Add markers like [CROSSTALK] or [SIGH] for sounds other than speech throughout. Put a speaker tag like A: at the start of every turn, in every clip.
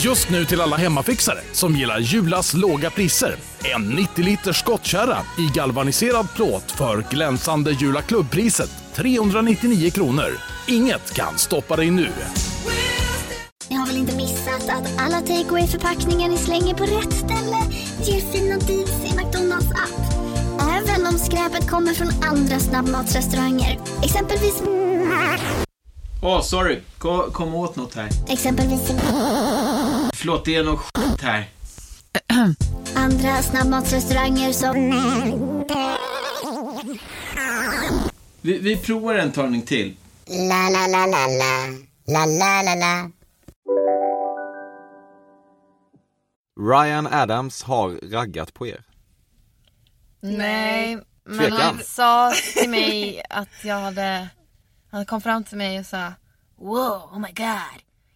A: Just nu till alla hemmafixare som gillar Julas låga priser. En 90-liters skottkärra i galvaniserad plåt för glänsande Jula klubbpriset 399 kronor. Inget kan stoppa dig nu.
B: Ni har väl inte missat att alla takeaway förpackningar ni slänger på rätt ställe ger fina deals i McDonalds app. Även om skräpet kommer från andra snabbmatsrestauranger. Exempelvis...
C: Åh, sorry. Kom, kom åt något här.
B: Exempelvis...
C: Förlåt, det är något skit här.
B: Andra snabbmatsrestauranger som...
C: Vi, vi provar en talning till.
D: La la la la la. La la la la.
E: Ryan Adams har raggat på er.
F: Nej, men
E: Tvekan.
F: han sa till mig att jag hade, han kom fram till mig och sa Wow, oh my god,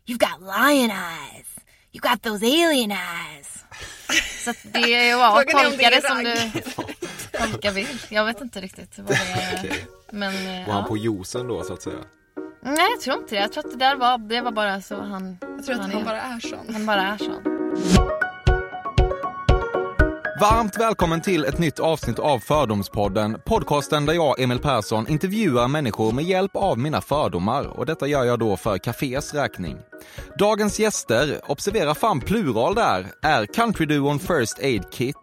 F: you've got lion eyes, you've got those alien
G: [LAUGHS]
F: eyes. Så att det var att
G: Frågan är om
F: tolka
G: det är
F: det som du tolkar vill. Jag vet inte riktigt vad det
E: [LAUGHS]
F: är.
E: Okej.
F: Men eh,
E: Var han
F: ja.
E: på juicen då så att säga?
F: Nej jag tror inte det. Jag tror att det där var, det var bara så han,
G: Jag tror att
F: han
G: han
F: är.
G: bara är sån.
F: han bara är sån.
E: Varmt välkommen till ett nytt avsnitt av Fördomspodden. Podcasten där jag, Emil Persson, intervjuar människor med hjälp av mina fördomar. Och detta gör jag då för Cafés räkning. Dagens gäster, observera fan plural där, är countryduon First Aid Kit.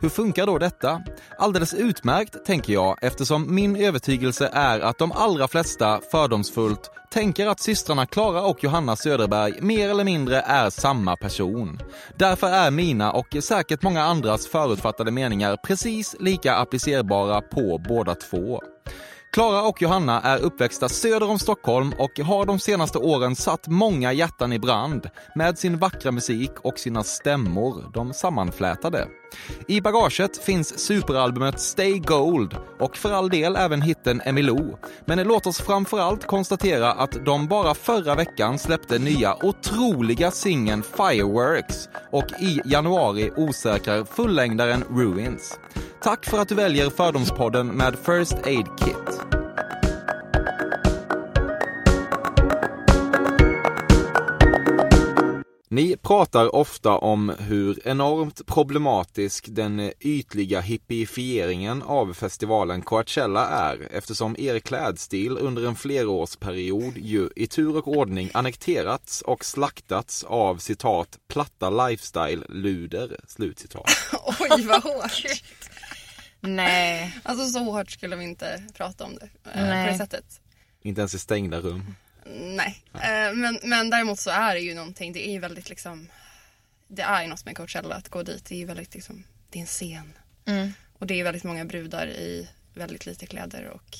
E: Hur funkar då detta? Alldeles utmärkt, tänker jag, eftersom min övertygelse är att de allra flesta fördomsfullt tänker att systrarna Klara och Johanna Söderberg mer eller mindre är samma person. Därför är mina och säkert många andras förutfattade meningar precis lika applicerbara på båda två. Klara och Johanna är uppväxta söder om Stockholm och har de senaste åren satt många hjärtan i brand med sin vackra musik och sina stämmor, de sammanflätade. I bagaget finns superalbumet Stay Gold och för all del även hitten Emilou. Men låt oss framförallt konstatera att de bara förra veckan släppte nya otroliga singeln Fireworks och i januari osäkrar fullängdaren Ruins. Tack för att du väljer Fördomspodden med First Aid Kit. Ni pratar ofta om hur enormt problematisk den ytliga hippifieringen av festivalen Coachella är eftersom er klädstil under en flerårsperiod ju i tur och ordning annekterats och slaktats av citat platta lifestyle-luder. Slutcitat.
G: [LAUGHS] Oj, vad hårt.
F: Nej.
G: Alltså så hårt skulle vi inte prata om det eh,
F: Nej.
G: på det sättet.
E: Inte ens i stängda rum.
G: Nej, Eh, men, men däremot så är det ju någonting. Det är ju väldigt liksom. Det är ju något med Coachella att gå dit. Det är ju väldigt liksom. Det är en scen. Och det är väldigt många brudar i väldigt lite kläder och.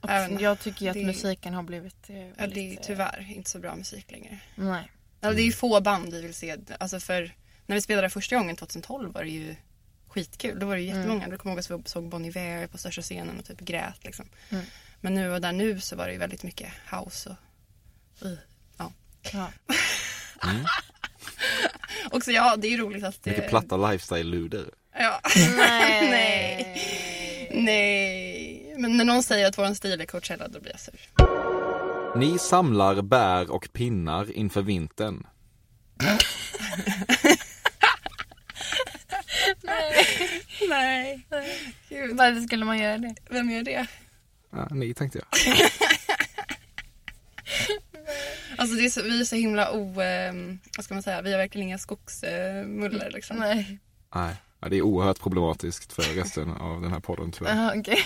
F: Och
G: även-
F: jag tycker ju att
G: det-
F: musiken har blivit eh,
G: Ja, det är ju
F: väldigt... eh,
G: tyvärr inte så bra musik längre.
F: Nej.
G: Alltså, det är ju
F: Mm.
G: få band vi vill se. Alltså för när vi spelade första gången 2012 var det ju skitkul. Då var det
F: Mm.
G: ju jättemånga. Då kommer jag ihåg att vi såg Bon Iver på största scenen och typ grät liksom.
F: Mm.
G: Men nu och där nu så var det ju väldigt mycket house och... Uh, ja. [LAUGHS]
F: Ja.
G: Och så ja, det är ju roligt att det...
E: Mycket platta lifestyle-luder.
G: Ja. [LAUGHS]
F: Nej.
G: Nej. Men när någon säger att våran stil är Coachella då blir jag sur.
E: Ni samlar bär och pinnar inför vintern.
G: Nej. Gud,
F: Varför skulle man göra det?
G: vem gör det?
E: Ja, ni tänkte jag.
G: Alltså det är så, vi är så himla o... ehm, vad ska man säga? Vi har verkligen inga skogsmuller liksom.
F: Nej.
E: Nej, ja, det är oerhört problematiskt för resten av den här podden tyvärr.
F: Jaha, okej.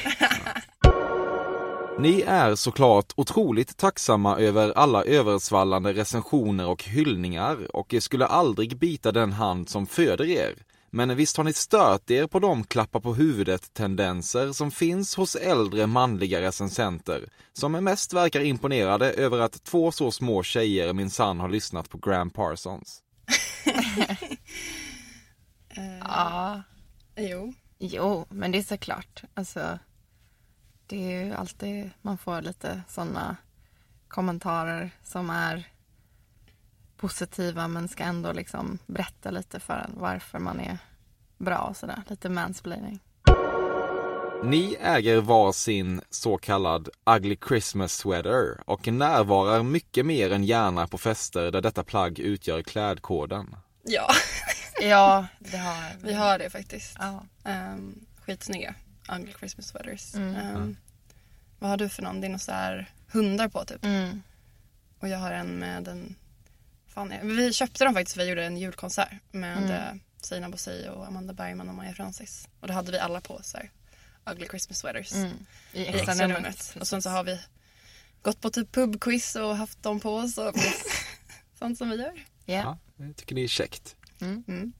E: Ni är såklart otroligt tacksamma över alla översvallande recensioner och hyllningar och skulle aldrig bita den hand som föder er. Men visst har ni stört er på de klappa på huvudet-tendenser som finns hos äldre manliga recensenter som mest verkar imponerade över att två så små tjejer minsann har lyssnat på Graham Parsons.
F: Ja.
G: [LAUGHS] Jo.
F: Jo, men det är såklart. Alltså, det är ju alltid man får lite sådana kommentarer som är positiva men ska ändå liksom berätta lite för en varför man är bra och sådär. Lite mansplaining.
C: Ni äger var sin så kallad ugly Christmas sweater och närvarar mycket mer än gärna på fester där detta plagg utgör klädkoden.
G: Ja, [LAUGHS]
F: Ja, det har
G: vi har det faktiskt.
F: Ja.
G: Um, skitsnygga ugly Christmas sweaters.
F: Mm.
G: Ehm, vad har du för någon? Det är någon så här hundar på typ.
F: Mm.
G: Och jag har en med en... Fan, jag, vi köpte dem faktiskt för vi gjorde en julkonsert med
F: Mm.
G: eh, Sina Bosi och Amanda Bergman och Maja Francis. Och då hade vi alla på så här ugly Christmas sweaters
F: Mm. I
G: i
F: extra
G: extra numret.
F: numret.
G: Och sen så har vi gått på typ pubquiz och haft dem på oss och
F: [LAUGHS]
G: sånt som vi gör.
F: Ja.
C: Ja, jag tycker det är käckt.
G: Mm.
C: Mm.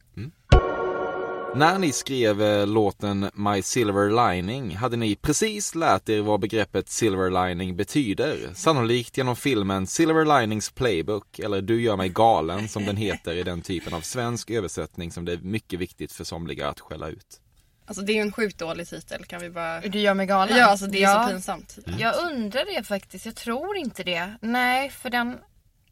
C: När ni skrev eh, låten My Silver Lining hade ni precis lärt er vad begreppet silver lining betyder. Sannolikt genom filmen Silver Linings Playbook eller Du gör mig galen som den heter i den typen av svensk översättning som det är mycket viktigt för somliga att skälla ut.
G: Alltså det är ju en sjukt dålig titel kan vi bara...
F: Du gör mig galen.
G: Ja, alltså det är så pinsamt.
F: Jag undrar det faktiskt. Jag tror inte det. Nej, för den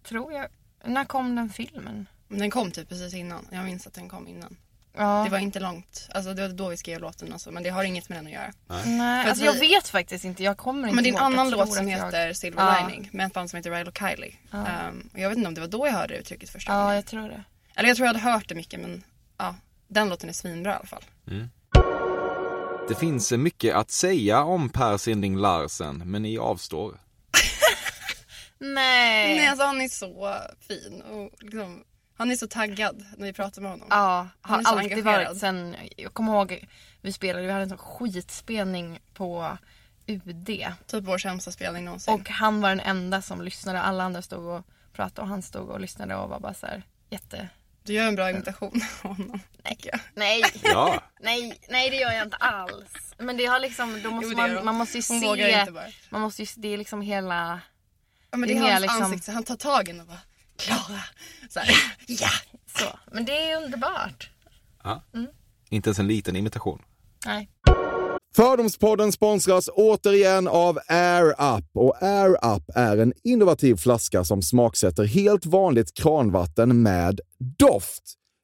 F: tror jag... När kom den filmen?
G: Men Den kom typ precis innan. Jag minns att den kom innan.
F: Ja.
G: Det var inte långt. Alltså det var då vi skrev låten alltså, men det har inget med den att göra.
F: Nej,
G: För
F: alltså
G: att
F: jag
G: vi-
F: vet faktiskt inte. Jag kommer inte
G: Men det är en
F: ihåg. Jag
G: annan
F: tror
G: låt som
F: att jag-
G: heter Silver
F: Ja.
G: Lining med ett band som heter Ryle och Kylie. Ehm, och jag vet inte om det var då jag hörde det uttrycket första
F: Ja,
G: gången.
F: jag tror det.
G: Eller jag tror jag hade hört det mycket men ja, den låten är svinbra i alla fall.
C: Det finns eh, mycket att säga om Per Sinding Larsen men ni avstår.
F: Nej.
G: Nej alltså han är så fin och liksom, han är så taggad när vi pratar med honom.
F: Ja, har
G: Han är så
F: alltid
G: engagerad.
F: varit sen, jag kommer ihåg vi spelade, vi hade en sån skitspelning på UD.
G: Typ vår sämsta spelning någonsin.
F: Och han var den enda som lyssnade, alla andra stod och pratade och han stod och lyssnade och var bara så här jätte...
G: Du gör en bra imitation av honom. tycker jag. [LAUGHS]
F: Nej,
C: Ja,
F: nej, nej det gör jag inte alls. Men det har liksom, då måste
G: Jo, det gör
F: man,
G: hon.
F: man måste ju
G: Hon
F: se.
G: vågar inte bara.
F: Man måste ju, det är liksom hela...
G: Ja, men det
F: Det är
G: är
F: mer
G: hans
F: liksom-
G: ansikte, han tar tag i den och bara Klara! Så här, ja!
F: Så. Men det är underbart.
C: inte ens en liten imitation.
F: Nej.
H: Fördomspodden sponsras återigen av Air Up. Och Air Up är en innovativ flaska som smaksätter helt vanligt kranvatten med doft.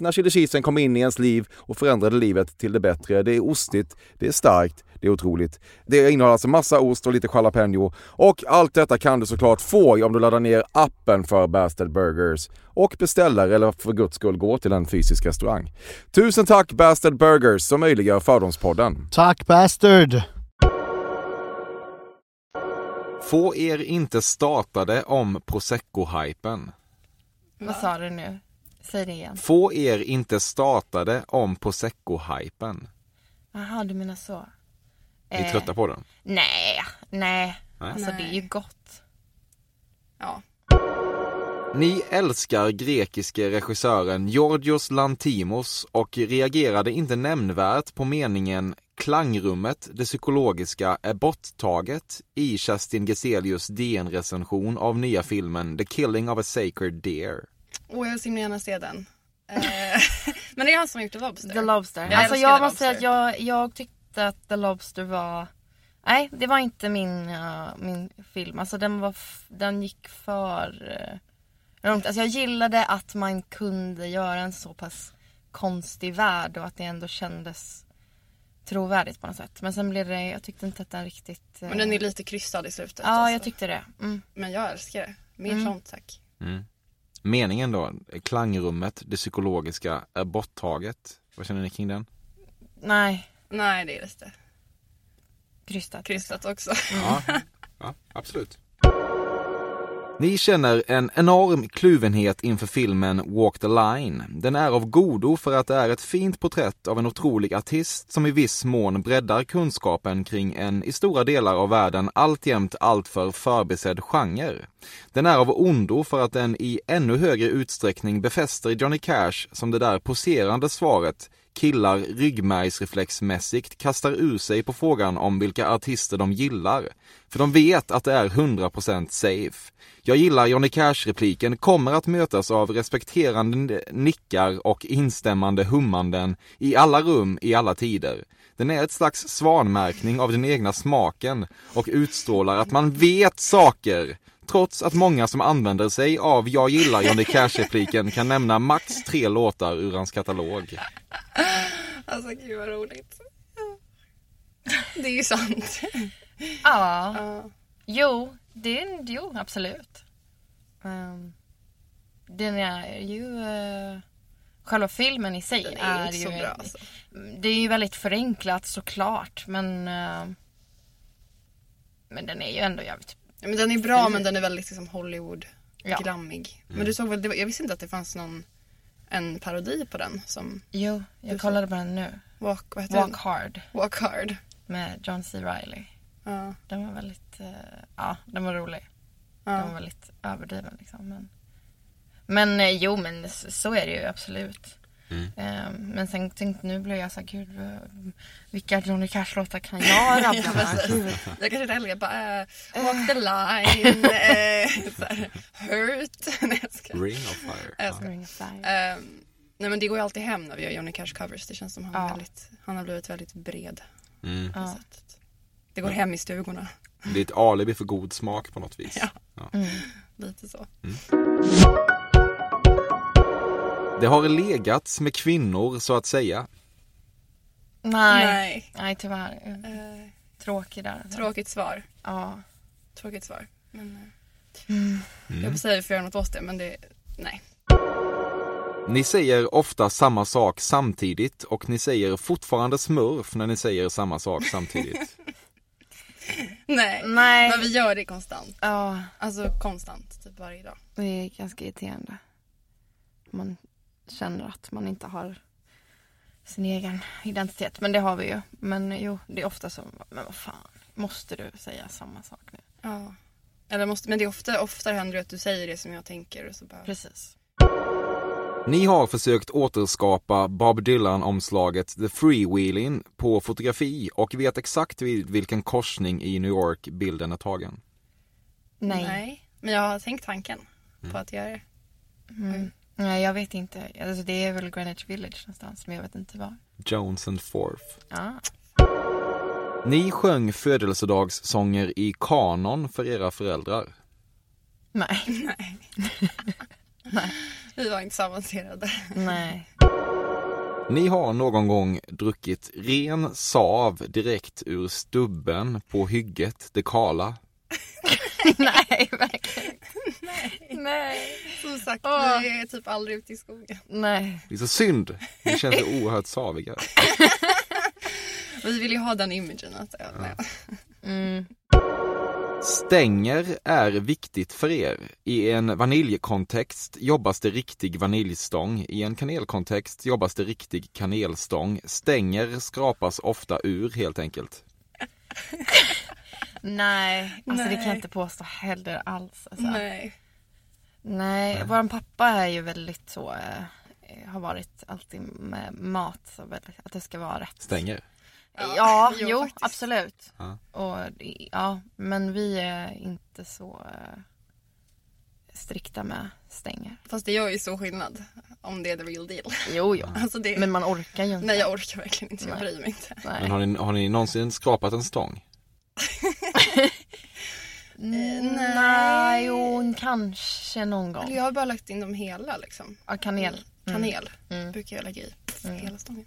H: när chili cheesen kom in i ens liv och förändrade livet till det bättre. Det är ostigt, det är starkt, det är otroligt. Det innehåller alltså massa ost och lite jalapeno. Och allt detta kan du såklart få om du laddar ner appen för Bastard Burgers och beställer eller för guds skull gå till en fysisk restaurang. Tusen tack Bastard Burgers som möjliggör Fördomspodden.
I: Tack bastard!
E: Få er inte startade om prosecco-hypen.
F: Vad sa du nu? Säg det igen.
E: Få er inte startade om prosecco-hypen.
F: Jaha, du menar så.
E: Vi
F: Eh,
E: är trötta på den.
F: Nej, nej.
E: Nej.
F: Alltså det är ju gott.
G: Ja.
E: Ni älskar grekiske regissören Georgios Lantimos och reagerade inte nämnvärt på meningen Klangrummet, det psykologiska, är borttaget i Kerstin Geselius DN-recension av nya filmen The Killing of a Sacred Deer.
G: Och jag vill så himla gärna se den. Eh, [LAUGHS] Men det är han som har gjort The Lobster.
F: The Lobster.
G: Jag
F: alltså
G: älskar
F: jag
G: The
F: måste säga att
G: Lobster.
F: jag, jag tyckte att The Lobster var... Nej, det var inte min, eh, min film. Alltså den, var f- den gick för uh, långt. Alltså jag gillade att man kunde göra en så pass konstig värld och att det ändå kändes trovärdigt på något sätt. Men sen blev det, jag tyckte inte att den riktigt... eh,
G: Men den är lite kryssad i slutet.
F: Ja,
G: alltså.
F: jag Mm. tyckte det. Mm.
G: Men jag älskar det. Mer sånt tack.
E: Meningen då, Klangrummet, det psykologiska, är borttaget. Vad känner ni kring den?
F: Nej,
G: Nej, det är lite
F: krystat.
G: kryssat också.
E: Ja, ja absolut. Ni känner en enorm kluvenhet inför filmen Walk the Line. Den är av godo för att det är ett fint porträtt av en otrolig artist som i viss mån breddar kunskapen kring en i stora delar av världen alltjämt alltför förbisedd genre. Den är av ondo för att den i ännu högre utsträckning befäster Johnny Cash som det där poserande svaret
C: killar ryggmärgsreflexmässigt kastar ur sig på frågan om vilka artister de gillar. För de vet att det är 100% safe. Jag gillar Johnny Cash-repliken kommer att mötas av respekterande n- nickar och instämmande hummanden i alla rum i alla tider. Den är ett slags svanmärkning av den egna smaken och utstrålar att man vet saker. Trots att många som använder sig av Jag gillar Johnny Cash-repliken kan nämna max tre låtar ur hans katalog.
G: [LAUGHS] Alltså gud vad roligt. Ja. Det är
F: [LAUGHS]
G: ju sant.
F: Ja,
G: Ja.
F: jo, det, är en- jo absolut. Ehm, den är ju... eh, själva filmen i sig
G: Den
F: är,
G: är inte
F: ju...
G: så bra alltså.
F: Det är ju väldigt förenklat såklart men... eh, men den är ju ändå jävligt...
G: Ja, men den är bra men den är väldigt liksom, Hollywood
F: Mm. Ja.
G: glammig.
C: Mm.
G: Men du såg väl, det var, jag visste inte att det fanns någon en parodi på den som
F: Jo, jag kollade på den nu.
G: Walk, vad heter
F: Walk
G: den?
F: Hard
G: Walk Hard.
F: med John C. Reilly.
G: Ja.
F: Den var väldigt... eh, ja, den var rolig. Den var
G: Ja.
F: väldigt överdriven liksom. Men, men eh, jo, men s- så är det ju absolut. Eh, men sen tänkte nu blev jag så här, gud vad- vilka Johnny Cash-låtar kan jag [LAUGHS]
G: [LAUGHS]
F: rabbla? Gud.
G: Jag kanske inte jag bara eh, Walk
F: [LAUGHS]
G: the line, eh, så här, Hurt. [LAUGHS] Nej, jag skojar.
C: Ring of fire.
G: Jag skojar.
F: Ring of Fire.
G: Ehm, nej men det går ju alltid hem när vi gör Johnny Cash covers. Det känns som han, är
F: Ja.
G: väldigt, han har blivit väldigt bred.
C: Mm.
G: på sättet. Det går hem i stugorna.
C: Det är ett alibi för god smak på något vis.
G: Ja.
C: Ja.
G: Lite så.
C: Det har legats med kvinnor så att säga.
F: Nej. Nej, tyvärr. Eh,
G: Eh,
F: Tråkig där.
G: tråkigt svar.
F: Ja.
G: Tråkigt svar. Men, eh, Jag vill säga för att göra något åt det men det, nej.
C: Ni säger ofta samma sak samtidigt och ni säger fortfarande smurf när ni säger samma sak [LAUGHS] samtidigt.
G: Nej.
F: Nej.
G: Men vi gör det konstant.
F: Ja,
G: Alltså konstant, typ varje dag.
F: det är ganska irriterande. Man känner att man inte har sin egen identitet. Men det har vi ju. Men jo, det är ofta så. Men vad fan, måste du säga samma sak nu?
G: Ja. Eller måste, men det är ofta, oftare händer det att du säger det som jag tänker och så bara...
F: Precis.
C: Ni har försökt återskapa Bob Dylan-omslaget The Freewheeling på fotografi och vet exakt vid vilken korsning i New York bilden är tagen.
F: Nej. Nej.
G: nej. Men jag har tänkt tanken på att göra det.
F: jag vet inte. Alltså, det är väl Greenwich Village någonstans, men jag vet inte var.
C: Jones and Forth.
F: Ja.
C: Ni sjöng födelsedagssånger i kanon för era föräldrar.
F: Nej.
G: Nej. Vi var inte så avancerade.
F: Nej.
C: Ni har någon gång druckit ren sav direkt ur stubben på hygget det kala.
F: Nej, verkligen Nej.
G: Som sagt,
F: Åh.
G: vi är typ aldrig ute i skogen.
F: Nej.
C: Det är så synd. Ni [LAUGHS] känns så oerhört saviga.
G: Vi vill ju ha den imagen. Att, ja, nej.
F: Mm.
C: Stänger är viktigt för er. I en vaniljkontext jobbas det riktig vaniljstång. I en kanelkontext jobbas det riktig kanelstång. Stänger skrapas ofta ur helt enkelt.
F: Nej. Alltså det kan jag
G: Nej.
F: inte påstå heller alls. Alltså. Nej.
G: nej.
F: Nej. Vår pappa är ju väldigt så. eh, Har varit alltid med mat. Så väldigt, att det ska vara rätt.
C: Stänger.
F: Ja, jo,
G: jo, faktiskt.
F: absolut.
C: Ja.
F: Och, det- ja, men vi är inte så eh, strikta med stänger.
G: Fast det gör ju så skillnad om det är the real deal.
F: Jo, jo.
G: Alltså det,
F: Men man orkar ju inte.
G: nej, jag orkar verkligen inte.
F: Nej.
G: Jag bryr mig inte.
C: Men
F: Nej.
C: har ni, har ni någonsin skrapat en stång?
F: Mm, Nej, jo, kanske någon gång.
G: Jag har bara lagt in dem hela liksom.
F: Ja, kanel.
G: Kanel
F: Mm.
G: brukar jag lägga i. Hela stången.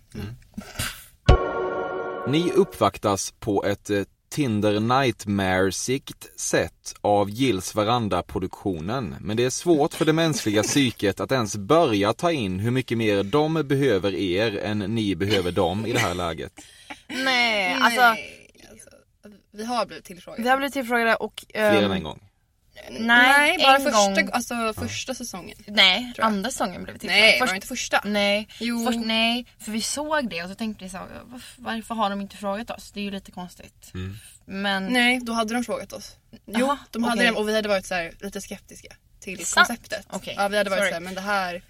C: Ni uppvaktas på ett eh, Tinder Nightmare-sikt sätt av Gills Veranda-produktionen. Men det är svårt för det mänskliga psyket att ens börja ta in hur mycket mer de behöver er än ni behöver dem i det här läget.
F: Mm. Nej, alltså
G: nej, alltså, vi har blivit tillfrågade.
F: vi har blivit tillfrågade och... ehm,
C: Fler än en gång.
G: nej,
F: nej,
G: bara
F: en
G: första,
F: gång.
G: Alltså, första säsongen.
F: Nej,
G: Tror jag.
F: andra sången blev vi tillfrågade.
G: Nej, var
F: Först-
G: det inte första?
F: Nej,
G: Jo.
F: först, nej, för vi såg det och så tänkte vi så, här, "Varf- varför har de inte frågat oss? Det är ju lite konstigt.
C: Mm.
F: Men
G: Nej, då hade de frågat oss. Jo,
F: Aha,
G: de hade
F: okej.
G: det och vi hade varit så här, lite skeptiska till
F: Sant.
G: konceptet.
F: Okej,
G: Ja, vi hade varit
F: sorry.
G: så här, men det här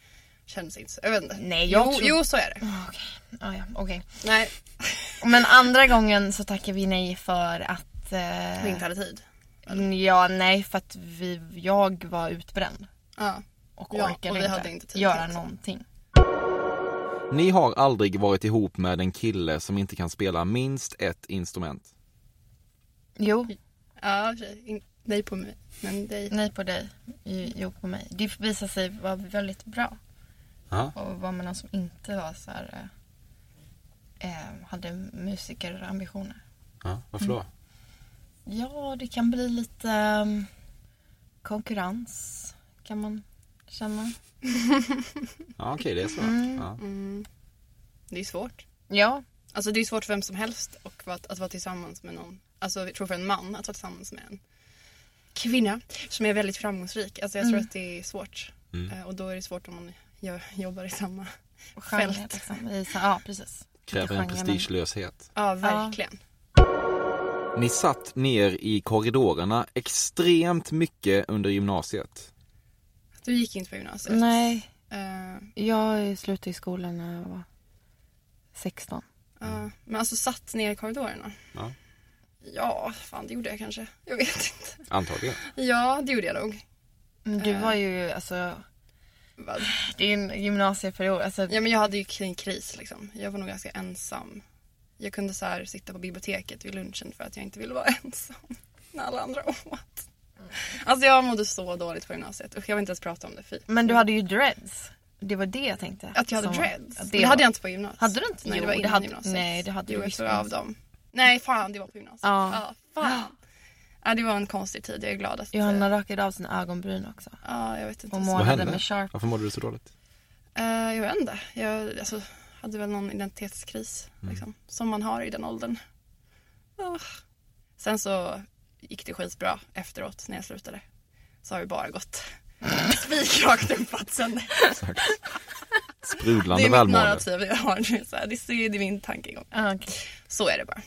G: Känns inte så. Jag vet inte.
F: Nej, jag
G: jo,
F: tror-
G: jo, så är det.
F: Ah, ja, okej. [LAUGHS]
G: Nej,
F: Men andra gången så tackar vi nej för att... eh,
G: vi inte hade tid.
F: ja, nej för att vi, jag var utbränd.
G: Ja.
F: Och
G: Ja,
F: orkade
G: och vi
F: inte,
G: hade inte tid
F: göra
G: till det.
F: någonting.
C: Ni har aldrig varit ihop med en kille som inte kan spela minst ett instrument.
F: Jo,
G: Ja, i och för sig. In- Nej på mig. Men dig.
F: nej på dig. Jo, Jo på mig. Det visade sig vara väldigt bra.
C: Ja.
F: Och var med någon som inte var så här... eh, Eh, hade musikerambitioner.
C: Ja, varför då?
F: Ja, det kan bli lite ehm, konkurrens kan man känna.
C: Ja, okej, det är så.
G: Mm.
C: Ja.
G: Det är svårt.
F: Ja,
G: Alltså det är svårt för vem som helst och att, att vara tillsammans med någon. Alltså jag tror för en man att vara tillsammans med en kvinna som är väldigt framgångsrik. Alltså jag tror att det är svårt. Eh, Och då är det svårt om man gör, jobbar i samma
F: genre,
G: fält.
F: liksom. I så- Ja, precis.
C: Kräver
F: Genren.
C: en prestigelöshet.
G: Ja, verkligen.
C: Ni satt ner i korridorerna extremt mycket under gymnasiet.
G: Du gick inte på gymnasiet.
F: Nej,
G: Eh,
F: jag slutade i skolan när jag var 16.
G: ja. men alltså satt ner i korridorerna.
C: Ja.
G: Ja, fan det gjorde jag kanske. Jag vet inte.
C: Antagligen.
G: Ja, det gjorde jag nog.
F: Men du var ju, alltså,
G: Vad?
F: din gymnasieperiod, alltså,
G: Ja, men jag hade ju en kris liksom. Jag var nog ganska ensam. Jag kunde så här sitta på biblioteket vid lunchen för att jag inte ville vara [LAUGHS] ensam när alla andra åt. Alltså jag mådde så dåligt på gymnasiet. Usch, jag vill inte ens prata om det. Fy.
F: men du hade ju dreads. Det var det jag tänkte.
G: Att jag hade
F: Som-
G: dreads?
F: att
G: Det, det hade
F: var-
G: jag inte på gymnasiet.
F: Hade du inte?
G: Nej,
F: Jo,
G: det var
F: det
G: innan
F: hade-
G: gymnasiet.
F: nej, det hade
G: jo,
F: du
G: jag
F: visst
G: tog av
F: inte.
G: dem. Nej, fan det var på gymnasiet.
F: Ja.
G: fan. Ja, det var en konstig tid. Jag är glad att...
F: Johanna rakade av sina ögonbryn också.
G: Ja, jag vet inte.
F: Och
G: så-
C: Vad
F: målade
C: hände?
F: med sharp.
C: Varför mådde du så dåligt?
G: Eh, jag vet inte. Jag alltså, hade väl någon identitetskris liksom, som man har i den åldern. Ah. Sen så gick det skitbra efteråt när jag slutade. Så har det bara gått spikrakt uppåt sen. Det
C: Sprudlande
G: är mitt
C: välmående.
G: narrativ jag har nu. Så här, det, är, det är min tankegång.
F: Ah, okej.
G: Så är det bara.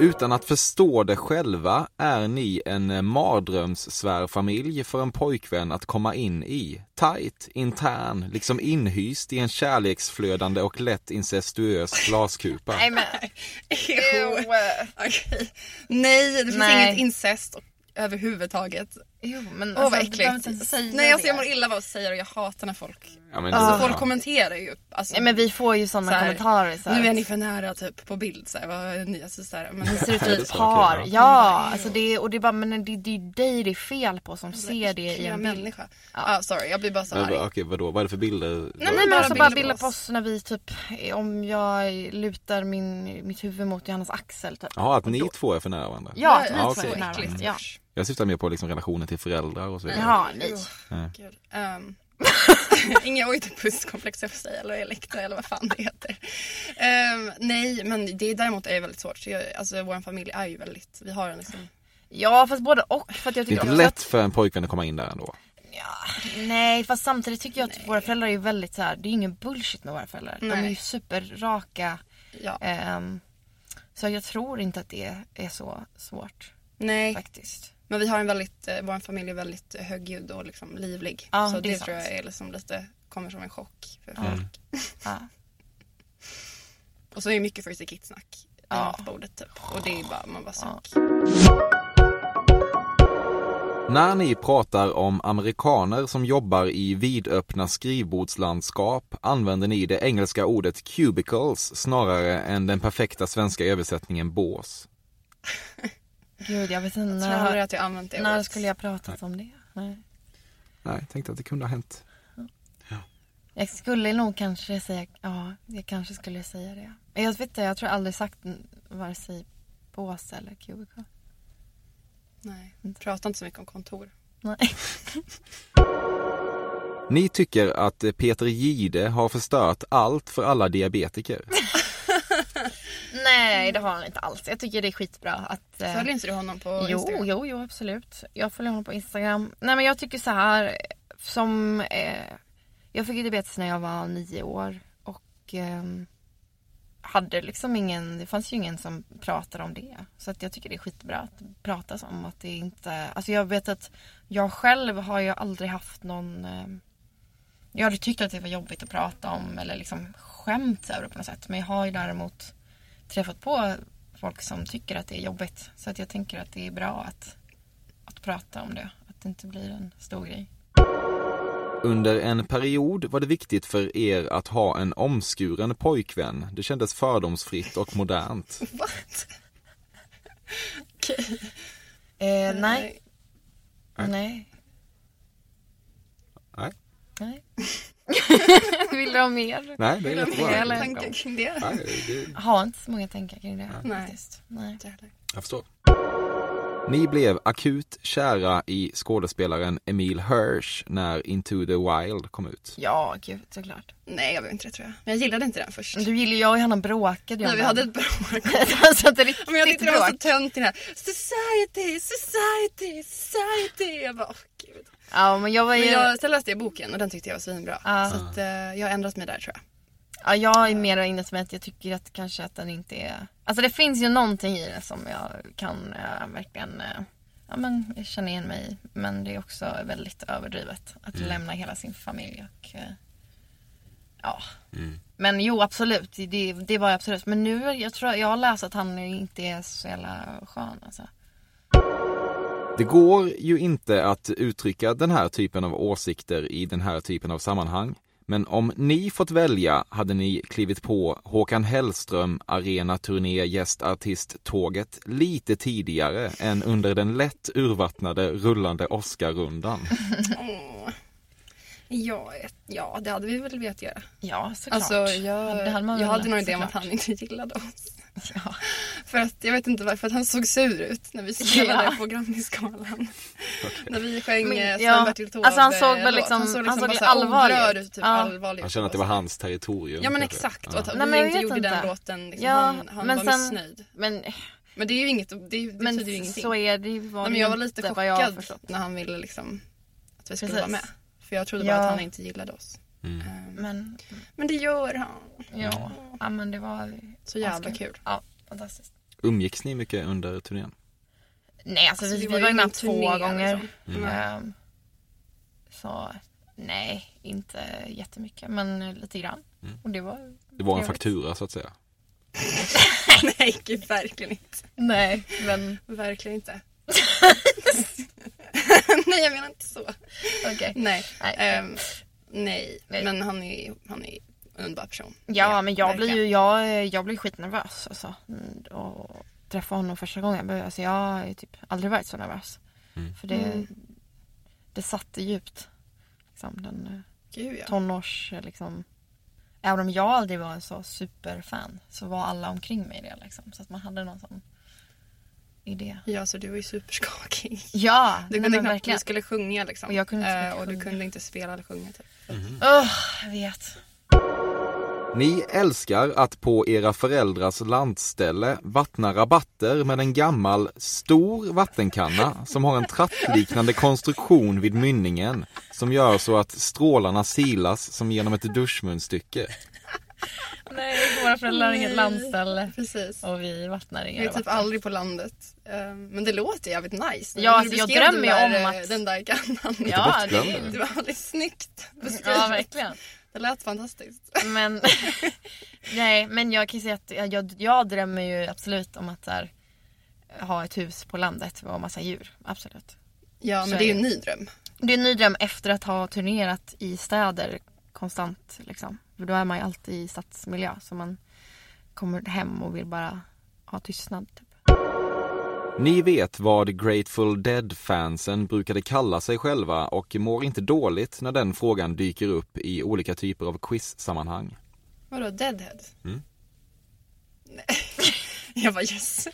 C: Utan att förstå det själva är ni en eh, mardrömssvärfamilj för en pojkvän att komma in i. Tight, intern, liksom inhyst i en kärleksflödande och lätt incestuös glaskupa.
F: [LAUGHS] Nej
G: [LAUGHS]
F: men,
G: Ew.
F: ew.
G: [LAUGHS] Okej. Nej, det finns
F: Nej.
G: inget incest och, överhuvudtaget.
F: Jo, men
G: Åh vad
F: Alltså, du behöver inte
G: äckligt.
F: ens säga
G: Nej, alltså,
F: det.
G: jag mår illa av att säga det och jag hatar när folk,
C: Ja, men,
G: alltså,
C: det-
G: folk
C: ja.
G: kommenterar ju. Alltså,
F: Nej men vi får ju sådana
G: Så här,
F: kommentarer. Så här.
G: Nu är ni för nära typ på bild så här, vad är ni? Alltså, så här, men,
F: Ser ut
C: Ja,
G: [LAUGHS]
F: som
C: det
F: ett
C: sa
F: par.
C: Kira.
F: Ja, alltså det är, och det är bara, men det, det är ju dig det är fel på som
G: Alltså,
F: ser det i
G: Äckliga
F: en bild.
G: människa. Ja. Ah, sorry, jag blir bara så
C: Men,
G: arg.
C: va- okej, vadå? Vad är det för bilder?
G: nej,
F: Nej men
G: Bara
F: alltså bara
G: bilder på
F: bilder på
G: oss.
F: oss när vi typ, om jag lutar min, mitt huvud mot Johannas axel typ.
C: Jaha, att ni två är för nära varandra?
F: Ja,
G: Nej,
F: vi
C: ja,
F: två
C: okej.
F: är nära
G: äckligt.
F: varandra. Ja.
G: Usch.
C: Jag syftar mer på liksom relationen till föräldrar och så vidare.
F: Jaha, nej.
G: Gud. Um, [LAUGHS] inga oidipuskomplex jag får säga eller elektra eller vad fan det heter. Ehm, nej men det däremot är väldigt svårt. Så jag, alltså vår familj är ju väldigt, vi har en liksom,
F: Ja fast både och. För att jag
C: Det är
F: tycker
C: inte
F: också
C: lätt
F: att,
C: för en pojkvän att komma in där ändå.
F: nej fast samtidigt tycker jag att våra föräldrar är ju väldigt så här. det är ingen bullshit med våra föräldrar. De är
G: Nej.
F: ju superraka.
G: ja.
F: ehm, så jag tror inte att det är så svårt
G: nej.
F: faktiskt.
G: Men vi har en väldigt, eh, vår familj är väldigt högljudd och liksom livlig.
F: Ja,
G: så
F: det
G: det,
F: är
G: tror
F: sant.
G: jag är liksom lite, kommer som en chock för folk.
F: Ja.
G: Och så är det mycket First Aid Kit-snack
F: Ja.
G: ja. på bordet typ. Och det är bara, man bara suck.
C: När ni pratar om amerikaner som jobbar i vidöppna skrivbordslandskap använder ni det engelska ordet cubicles snarare än den perfekta svenska översättningen bås.
F: Gud jag vet inte
G: Jag
F: när
G: tror
F: jag
G: aldrig
F: har-
G: att jag använt det
F: När
G: ordet.
F: skulle jag pratat om det? Nej.
C: Nej, jag tänkte att det kunde ha hänt.
F: Jag skulle nog kanske säga, ja, jag kanske skulle säga det. Men jag vet inte, jag tror aldrig sagt n- vare sig bås eller cubicle.
G: Nej, prata inte så mycket om kontor.
F: Nej.
C: Ni tycker att eh, Peter Gide har förstört allt för alla diabetiker.
F: Nej, det har han inte alls. Jag tycker det är skitbra att... eh,
G: Följer inte du honom på
F: jo,
G: Instagram?
F: jo, jo, absolut. Jag följer honom på Instagram. Nej, men jag tycker så här, som... Eh, jag fick ju diabetes när jag var nio år och ehm, hade liksom ingen... Det fanns ju ingen som pratade om det. Så att jag tycker det är skitbra att pratas om att det inte... Alltså jag vet att jag själv har ju aldrig haft någon... Eh, Jag hade tyckt att det var jobbigt att prata om eller liksom skämt över det på något sätt. Men jag har ju däremot träffat på folk som tycker att det är jobbigt. Så att jag tänker att det är bra att, att prata om det. Att det inte blir en stor grej.
C: Under en period var det viktigt för er att ha en omskuren pojkvän. Det kändes fördomsfritt och modernt.
G: What?
F: Eh, nej. Nej.
C: Nej.
G: [LAUGHS]
F: Nej. Vill du ha mer?
C: Nej, det är jättebra.
F: Eller-
C: Nej,
G: Tankar kring det?
C: det,
F: Jag har inte så många tankar kring det
G: Nej.
F: faktiskt. Nej.
C: jag förstår. Ni blev akut kära i skådespelaren Emil Hirsch när Into the Wild kom ut.
F: Ja, gud såklart.
G: Nej, jag blev inte det tror jag. Men jag gillade inte den först.
F: Du gillar ju, jag och Hanna bråkade ju om
G: Nej, vi
F: den. [LAUGHS]
G: hade ett bråk.
F: alltså ett riktigt
G: Men jag tyckte det var
F: bråk.
G: så tönt i den här Society, society, society. Jag bara, åh gud.
F: Ja, men jag var ju...
G: Men jag sen läste jag boken och den tyckte jag var svinbra.
F: Ja.
G: Så att, eh, jag har ändrat mig där tror jag.
F: Ja, jag är mer inne som att jag tycker att kanske att den inte är... Alltså det finns ju någonting i den som jag kan eh, verkligen... eh, ja men jag känner igen mig i. Men det är också väldigt överdrivet. Att lämna hela sin familj och... eh, ja. Men jo absolut, det, det var jag absolut. Men nu, jag tror jag har läst att han inte är så jävla skön alltså.
C: Det går ju inte att uttrycka den här typen av åsikter i den här typen av sammanhang. Men om ni fått välja hade ni klivit på Håkan Hellström arenaturné gästartist-tåget lite tidigare än under den lätt urvattnade rullande
G: [LAUGHS]
C: Oscar-rundan.
G: Åh. Ja, ett- ja, det hade vi väl velat göra.
F: Ja såklart.
G: Alltså, jag,
F: Det hade man
G: jag
F: velat,
G: hade någon idé om att
F: såklart.
G: han inte gillade oss.
F: Ja.
G: [LAUGHS] För att, jag vet inte varför, att han såg sur ut när vi spelade
F: Ja.
G: på Grammisgalan. När vi sjöng
F: Men,
G: eh,
F: ja.
G: Sven-Bertil Taube
F: Alltså, han såg väl
G: låt.
F: liksom-
G: han såg
F: han
G: liksom
F: såg
G: bara
F: lite
G: så här
F: allvarlig
G: oberörd
F: ut.
G: ut. Typ,
F: Ja.
G: allvarlig
C: Han
G: ut.
C: kände att det var hans territorium.
G: Ja men
C: kanske.
G: exakt, och
C: Ja.
G: att
F: Nej, men
G: vi
F: jag
G: inte
F: vet
G: gjorde
F: inte.
G: den låten. Liksom,
F: Ja,
G: han han
F: men
G: var
F: sen-
G: missnöjd.
F: Men,
G: Men det är ju inget, det, det
F: men
G: betyder ju ingenting.
F: så är det ju. var
G: Nej,
F: det
G: men
F: ju
G: jag var lite
F: inte, vad jag har
G: chockad
F: förstått.
G: när han ville liksom att vi skulle
F: Precis.
G: vara med. För jag trodde
F: Ja.
G: bara att han inte gillade oss.
C: Mm.
G: Ehm,
F: Men
G: Men det gör han.
F: Ja, ja men det var
G: Så jävla
F: askul. [LAUGHS]
G: kul.
F: Ja, fantastiskt.
C: Umgicks ni mycket under turnén?
F: Nej, alltså, vi,
G: det
F: vi
G: var
F: var
G: ju
F: ju
G: en
F: med två
G: turné,
F: gånger.
G: liksom.
C: Mm.
F: Ehm, så nej, inte jättemycket, men lite grann. Och det var...
C: Mm. Det var en
F: Trevligt.
C: faktura så att säga.
G: Nej, gud, verkligen inte.
F: Nej, men [LAUGHS]
G: Verkligen inte. nej, jag menar inte så.
F: okej.
G: Nej.
F: Nej.
G: Ehm, nej.
F: Nej.
G: men han är, han är en underbar person.
F: Ja, men jag blir
G: verkligen.
F: ju jag, eh, jag blir skitnervös alltså. Mm, Och träffa honom första gången. Alltså, jag har ju typ aldrig varit så nervös. För det, det satte djupt. Liksom, den, eh,
G: Gud, ja.
F: tonårs... Liksom, även om jag aldrig var en så superfan så var alla omkring mig det. Liksom, så att man hade någon sån idé.
G: ja, så du var ju superskakig.
F: Ja,
G: Du
F: nej,
G: kunde
F: men
G: knappt,
F: verkligen.
G: du skulle sjunga liksom.
F: Och jag kunde inte
G: Eh,
F: sjunga.
G: och du kunde inte spela eller sjunga typ.
F: Åh, jag vet.
C: Ni älskar att på era föräldrars landställe vattna rabatter med en gammal stor vattenkanna som har en trattliknande konstruktion vid mynningen som gör så att strålarna silas som genom ett duschmunstycke.
F: Nej, våra föräldrar har inget
G: Nej.
F: landställe.
G: Precis.
F: Och vi vattnar inga
G: Jag är typ
F: rabatter.
G: aldrig på landet. Eh, Men det låter jävligt nice.
F: Ja,
G: När du
F: alltså, jag
G: beskrev den
F: drömmer ju
G: där,
F: om
G: eh,
F: att-
G: Den där kannan.
F: Ja, det
C: bortglömda.
F: är,
G: Det var väldigt snyggt beskrivet.
F: ja, verkligen.
G: Det lät fantastiskt.
F: Men, [LAUGHS] nej, men jag kan ju säga att jag, jag, jag drömmer ju absolut om att så här, ha ett hus på landet och massa djur. Absolut.
G: Ja,
F: Så
G: men det är ju
F: är
G: en ny dröm.
F: Det är en ny dröm efter att ha turnerat i städer konstant. Liksom. För då är man ju alltid i stadsmiljö. Så man kommer hem och vill bara ha tystnad. Typ.
C: Ni vet vad Grateful Dead-fansen brukade kalla sig själva och mår inte dåligt när den frågan dyker upp i olika typer av quiz-sammanhang.
G: Vadå, deadhead?
C: Mm.
G: Nej. [LAUGHS] Jag bara yes.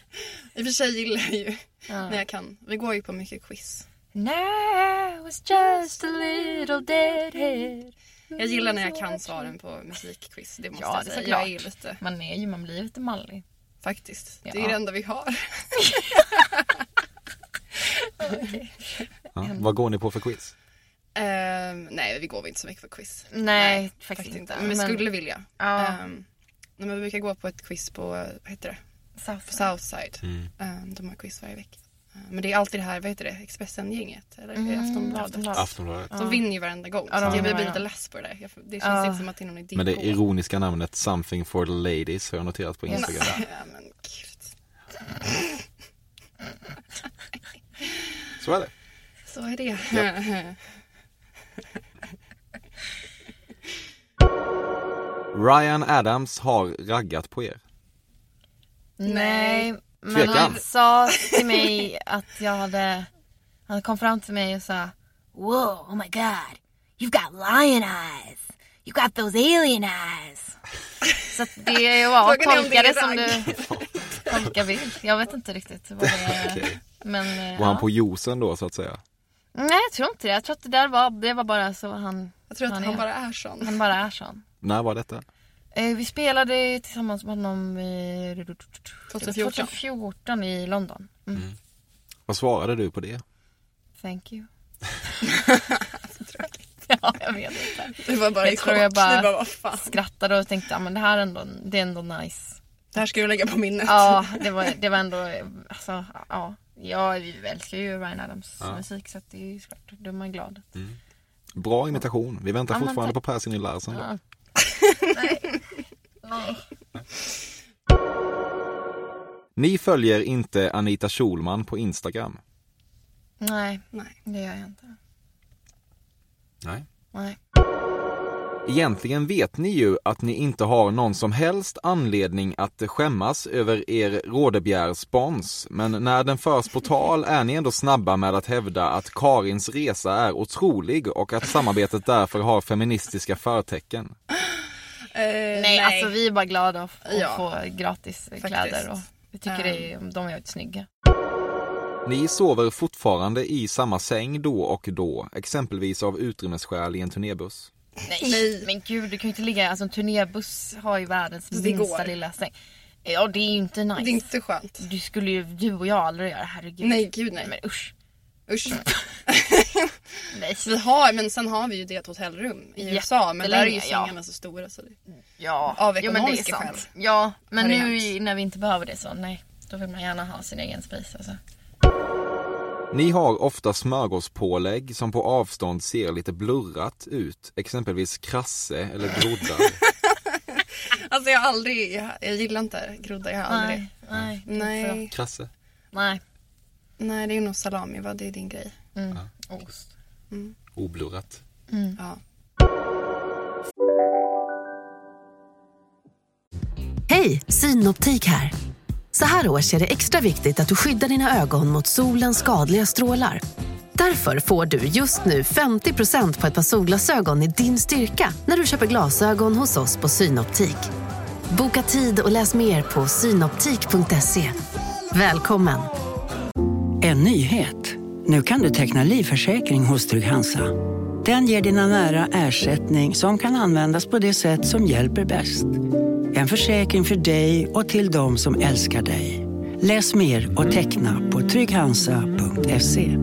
G: I och för sig gillar jag ju när jag kan. Vi går ju på mycket quiz.
F: And I was just a little deadhead.
G: Jag gillar när jag kan svaren på musikquiz. Det måste
F: Ja,
G: jag
F: det är
G: säga.
F: klart.
G: Jag är lite,
F: Man är ju, man blir ju lite mallig.
G: faktiskt. Det
F: Ja.
G: är det enda vi har. [LAUGHS]
C: Ja, vad går ni på för quiz?
G: Ehm, nej, vi går väl inte så mycket på quiz.
F: Nej, faktiskt inte.
G: Men vi
F: Men-
G: skulle vilja.
F: Ja.
G: Ehm, nej, men vi brukar gå på ett quiz på, vad heter det? På Southside. Ehm, de har quiz varje vecka. Men det är alltid det här, vad heter det, Expressen-gänget? Eller är det
F: Mm,
G: Aftonbladet?
F: Aftonbladet.
C: Aftonbladet.
G: De vinner ju varenda gång.
F: Ja, de
G: så jag
F: vinner
G: blir lite
F: varje
G: less på det där. Jag, det känns
F: Ja.
G: inte som att det är någon idé.
C: Med
G: att
C: det
G: gå.
C: ironiska namnet Something for the Ladies har jag noterat på
G: [LAUGHS]
F: [LAUGHS]
G: Ja,
C: Instagram.
G: men gud.
C: Så är det.
G: Så är det.
C: Ryan Adams har raggat på er.
F: Nej, men
C: Tvekan.
F: han sa till mig att jag hade... Han kom fram till mig och sa Wow, oh my god, you've got lion eyes. You got those alien
G: [LAUGHS]
F: eyes. Så att det var
G: Frågan är om det är
F: tolkade som du tolkar vill. Jag vet inte riktigt vad det är.
C: [LAUGHS] Okej.
F: Men, eh,
C: Var han
F: Äh, ja.
C: på juicen då så att säga?
F: Nej, jag tror inte det. Jag tror att det där var, det var bara så han,
G: Jag tror att
F: Han
G: han,
F: är-
G: bara är sån.
F: han bara är sån.
C: När var detta?
F: Eh, Vi spelade tillsammans med honom i
G: 2014.
F: 2014 i London. Mm.
C: Vad svarade du på det?
F: Thank you. [LAUGHS] ja, jag vet inte.
G: Du var bara
F: Jag
G: i
F: tror
G: chock.
F: jag
G: Jag
F: bara-
G: bara... Du bara, vad fan.
F: Skrattade och tänkte, ja men det här är ändå, det är ändå
G: [LAUGHS]
F: nice.
G: Det här ska jag lägga på minnet.
F: Ja, det var, det var ändå, alltså, ja. Jag älskar ju Ryan Adams musik så att det är ju såklart, då är man glad.
C: Bra imitation. Vi väntar
F: Ja, men
C: fortfarande på Percy Nil Larsen. då. [LAUGHS]
F: Ja. Nej. Nej.
C: Ni följer inte Anita Schulman på Instagram.
F: Nej,
G: Nej.
F: det gör jag inte.
C: Nej.
F: Nej.
C: Egentligen vet ni ju att ni inte har någon som helst anledning att skämmas över er rådebjärspons, men när den förs på tal är ni ändå snabba med att hävda att Karins resa är otrolig och att samarbetet därför har feministiska förtecken.
G: Eh,
F: Nej, alltså vi är bara glada att f- att
G: Ja.
F: få gratis kläder och vi tycker det är,
G: Ehm.
F: de är väldigt snygga.
C: Ni sover fortfarande i samma säng då och då, exempelvis av utrymmesskäl i en turnébuss.
F: Nej, men gud du kan ju inte ligga, alltså en turnébuss har ju världens
G: Det
F: minsta
G: går.
F: lilla säng. Ja det är ju inte nice.
G: Det är inte skönt.
F: Du skulle ju, du och jag aldrig göra det, herregud.
G: Nej, gud, nej.
F: Men usch.
G: Usch.
F: Nej.
G: [LAUGHS] vi har, men sen har vi ju det ett hotellrum i USA. Men där är ju
F: Jättelänge, ja.
G: sängarna så stora. Så det...
F: Ja.
G: Av
F: Jo, men det är
G: ekonomiska
F: sant.
G: skäl.
F: Ja, men
G: Har det
F: nu
G: hänt.
F: när vi inte behöver det så nej. Då vill man gärna ha sin egen spis alltså.
C: Ni har ofta smörgåspålägg som på avstånd ser lite blurrat ut, exempelvis krasse eller groddar.
G: Alltså jag har aldrig, jag, jag gillar inte groddar. Jag har aldrig.
F: Nej, nej,
G: Nej.
C: Krasse?
F: nej.
G: Nej, det är nog salami va? Det är din grej.
F: Ost.
C: Oblurrat.
G: Ja.
J: Hej, Synoptik här. Så här års är det extra viktigt att du skyddar dina ögon mot solens skadliga strålar. Därför får du just nu 50% på ett par solglasögon i din styrka när du köper glasögon hos oss på Synoptik. Boka tid och läs mer på synoptik.se. Välkommen!
K: En nyhet. Nu kan du teckna livförsäkring hos Trygg-Hansa. Den ger dina nära ersättning som kan användas på det sätt som hjälper bäst. En försäkring för dig och till de som älskar dig. Läs mer och teckna på trygghansa.se.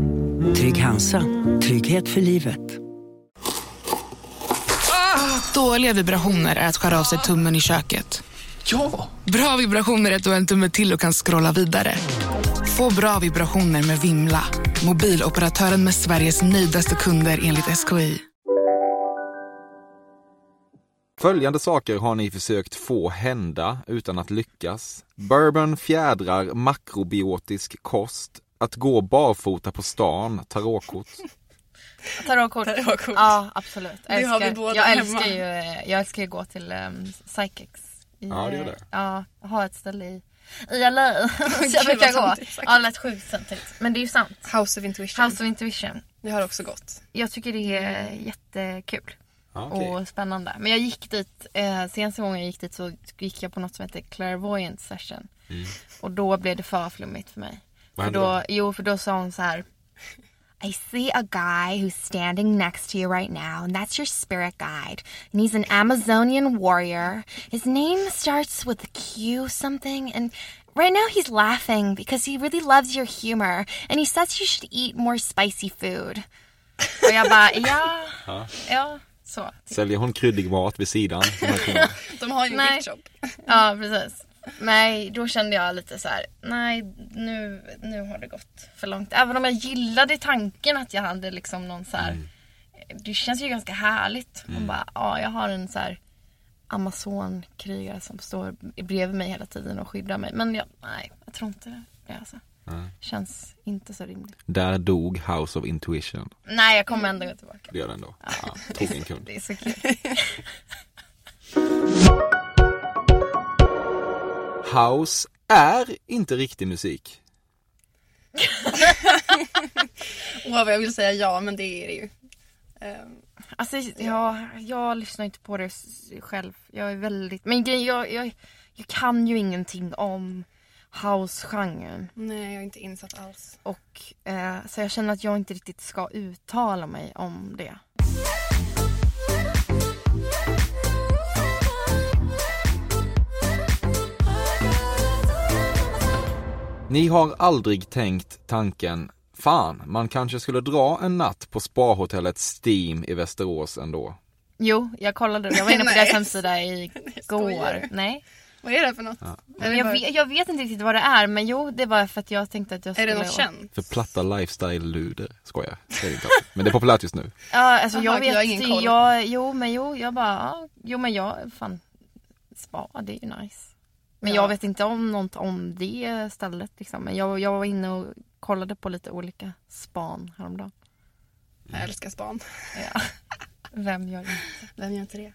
K: Trygg-Hansa. Trygghet för livet.
L: Dåliga vibrationer är att skära av sig tummen i köket.
M: Ja!
L: Bra vibrationer är att du har en tumme till och kan scrolla vidare. Få bra vibrationer med Vimla. Mobiloperatören med Sveriges nöjdaste kunder enligt SKI.
C: Följande saker har ni försökt få hända utan att lyckas. Bourbon fjädrar makrobiotisk kost. Att gå barfota på stan, tarotkort.
F: Tarotkort.
G: Tarotkort.
F: Ja, absolut. Jag
G: Det har vi
F: älskar-
G: båda
F: jag
G: hemma.
F: älskar ju, eh, jag älskar ju gå till um, psychics. I,
C: Ja, det gör
F: eh,
C: det.
F: Ja, ha ett ställe i, i
G: [LAUGHS]
F: LA. Så jag
G: vad
F: brukar gå.
G: sant det är sagt.
F: Ja, det lät sjukt samtidigt. Men det är ju sant.
G: House of Intuition.
F: House of Intuition.
G: Det har också gått.
F: Jag tycker det är jättekul
C: Ja, okej.
F: och spännande. Men jag gick dit, eh, senaste gången jag gick dit så gick jag på något som heter clairvoyant session. Och då blev det för flummigt för mig.
C: Mm. Vad hände
F: för då, jo, för då sa hon så här. I see a guy who's standing next to you right now, and that's your spirit guide. And he's an Amazonian warrior. His name starts with a Q something, and right now he's laughing because he really loves your humor, and he says you should eat more spicy food. Och jag bara, ja, ja, så.
C: Säljer hon kryddig mat vid sidan?
G: De har ju
F: Nej.
G: gift shop.
F: Ja, precis. Nej, då kände jag lite så här: nej nu, nu har det gått för långt. Även om jag gillade tanken att jag hade liksom någon så här. det känns ju ganska härligt. Man
N: Mm.
F: bara, ja jag har en så här Amazonkrigare som står bredvid mig hela tiden och skyddar mig. Men jag, nej, jag tror inte det. det. är Alltså.
C: Nej.
F: Känns inte så rimligt.
C: Där dog House of Intuition.
F: Nej, jag kommer ändå gå tillbaka.
C: Det gör den då. Ja, tog en kund.
F: Det är så kul.
C: House är inte riktig musik.
G: Åh vad jag vill säga ja, men det är det ju. Ehm,
F: Alltså jag, jag lyssnar inte på det s- själv. Jag är väldigt, men grejen, jag, jag, jag kan ju ingenting om house-genren.
G: nej, jag är inte insatt alls.
F: Och, eh, så jag känner att jag inte riktigt ska uttala mig om det.
C: Ni har aldrig tänkt tanken, fan, man kanske skulle dra en natt på sparhotellet Steam i Västerås ändå.
F: Jo, jag kollade. Jag
G: [LAUGHS]
F: var inne på
G: Nej.
F: deras hemsida igår. Nej.
G: Vad är det för något? Eller
F: Jag
G: bara-
F: vet, jag vet inte riktigt vad det är men jo det var för att jag tänkte att jag
G: Är
F: skulle...
G: det något känt?
C: För platta lifestyle-luder. Skojar, det är det inte. alls. Men det är populärt just nu.
F: Ja, alltså jag
G: Aha,
F: vet
G: jag har ingen
F: inte.
G: koll.
F: Jag, jo, men jo, jag bara, ja, jo men jag, fan, spa, det är ju nice. Men
G: Ja.
F: jag vet inte om något om det stället liksom. Men jag, jag var inne och kollade på lite olika span häromdagen.
G: Jag älskar span.
F: Ja. [LAUGHS] Vem gör inte?
G: Vem gör inte det?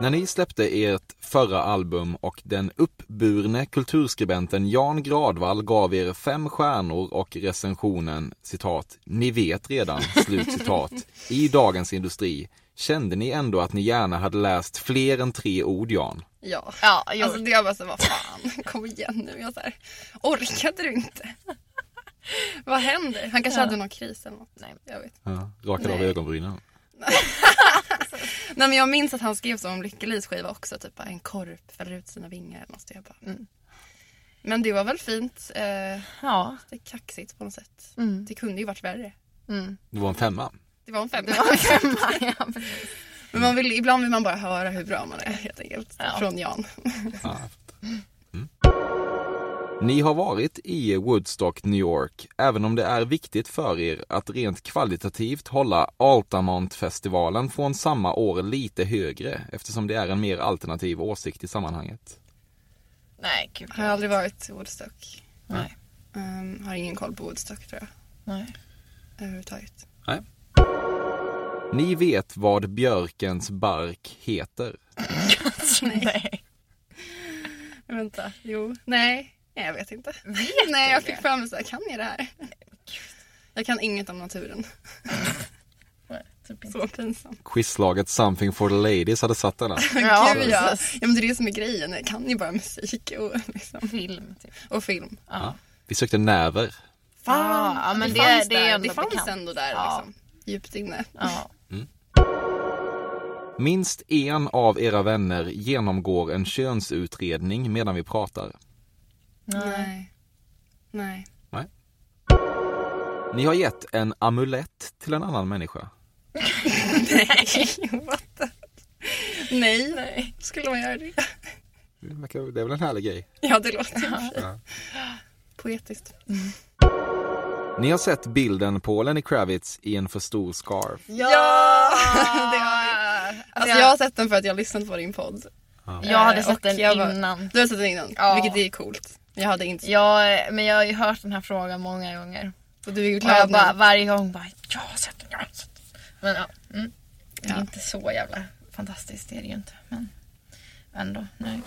C: När ni släppte ert förra album och den uppburne kulturskribenten Jan Gradvall gav er fem stjärnor och recensionen citat ”Ni vet redan” slut citat i Dagens Industri kände ni ändå att ni gärna hade läst fler än tre ord Jan?
G: Ja.
F: ja
G: alltså det jag bara så, vad fan, [LAUGHS] kom igen nu. Jag så här, orkade du inte? [LAUGHS] vad händer? Han kanske
F: Ja.
G: hade någon kris eller något.
F: Nej.
G: Jag vet.
C: Ja, rakade av
G: Nej.
C: ögonbrynen.
G: Nej men jag minns att han skrev så om Lykke-Lis skiva också, typ bara, en korp fäller ut sina vingar eller något. Så Jag bara,
F: Mm.
G: Men det var väl fint. Eh,
F: Ja.
G: det är kaxigt på något sätt.
F: Mm.
G: Det kunde ju varit värre.
F: Mm.
C: Det var en femma.
G: Det var en femma.
F: Det var en
G: [LAUGHS]
F: femma, ja, precis.
G: Men man vill, ibland vill man bara höra hur bra man är helt enkelt.
F: Ja.
G: Från Jan. [LAUGHS]
C: Ja. Mm. Ni har varit i Woodstock, New York, även om det är viktigt för er att rent kvalitativt hålla Altamont-festivalen från samma år lite högre eftersom det är en mer alternativ åsikt i sammanhanget.
F: Nej, gud.
G: Har aldrig varit i Woodstock.
F: Nej.
G: Ehm, har ingen koll på Woodstock tror jag.
F: Nej.
G: Överhuvudtaget.
C: Ni vet vad björkens bark heter.
F: Nej.
G: Vänta, jo. Nej, nej jag vet inte. [LAUGHS] nej, jag fick för mig så här, kan ni det här? Jag kan inget om naturen.
F: Nej, typ inte.
G: [LAUGHS] Så pinsamt.
C: Quizlaget Something for the Ladies hade satt den här.
F: Ja,
G: Gud, ja.
F: precis.
G: ja, men det är det som är grejen. Kan ni bara musik och, [LAUGHS] liksom,
F: Film, typ.
G: och film?
F: Ja.
C: Vi sökte näver.
F: Fan, ja, men det, det,
G: fanns
F: är
G: där.
F: ändå
G: det fanns
F: bekant.
G: ändå där
F: Ja.
G: liksom. Djupt inne.
F: Ja.
C: Minst en av era vänner genomgår en könsutredning medan vi pratar.
F: Nej.
G: Nej. Nej.
C: Ni har gett en amulett till en annan människa.
G: [LAUGHS] What the- Nej. Nej. Skulle man göra det? [LAUGHS]
C: Det verkar- det är väl en härlig grej.
G: Ja, det låter ju
C: Ja.
G: poetiskt.
C: Ni har sett bilden på Lenny Kravitz i en för stor scarf.
G: Ja! det har vi. Alltså,
F: Ja.
G: jag har sett den för att jag har lyssnat på din podd.
F: Jag hade
G: Eh,
F: sett
G: och
F: den
G: jag var-
F: innan.
G: Du har sett den innan,
F: Ja.
G: vilket är coolt. Jag hade inte
F: Jag, men jag har ju hört den här frågan många gånger.
G: Och du är ju
F: Och jag
G: glad
F: bara,
G: [LAUGHS] nu.
F: varje gång bara, jag har sett den, jag har sett den. Men ja, mm. Det är
G: Ja.
F: inte så jävla fantastiskt, det är det ju inte. Men ändå nöjd.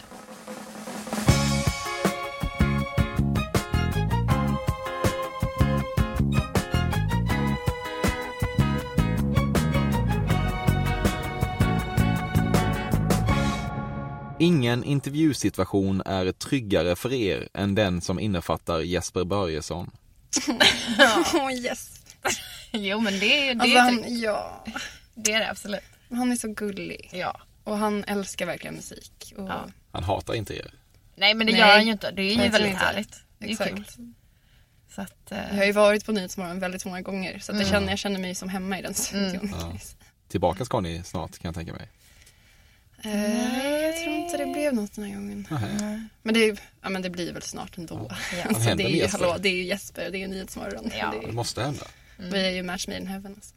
C: Ingen intervjusituation är tryggare för er än den som innefattar Jesper Börjesson.
F: [LAUGHS]
G: Åh, yes.
F: [LAUGHS] Jo men det, det,
G: Alltså,
F: är
G: han,
F: tryggt.
G: ja.
F: det är det absolut.
G: han är så gullig.
F: Ja.
G: Och han älskar verkligen musik. Och...
F: Ja.
C: Han hatar inte er.
F: Nej men det
G: Nej.
F: gör han ju inte, det är ju
G: Verkligen
F: väldigt
G: inte.
F: härligt. Det är ju kul.
G: Exakt.
F: Så att,
G: Jag
F: eh,
G: har ju varit på Nyhetsmorgon väldigt många gånger så att
F: Mm.
G: jag, [LAUGHS] känner, jag känner mig som hemma i den studion.
C: Tillbaka ska ni snart kan jag tänka mig.
G: Eh, jag tror inte det blev något den här gången.
C: Nej.
G: Men, det, är- ja, men det blir väl snart [LAUGHS] ändå.
C: Vad
G: Alltså,
C: hände
G: det,
C: med
G: är ju,
C: Jesper?
G: hallå, det är ju Jesper, det är ju Nyhetsmorgon. Det
C: Det
G: är,
C: måste hända.
F: Mm.
G: Vi är ju match made in heaven. Alltså.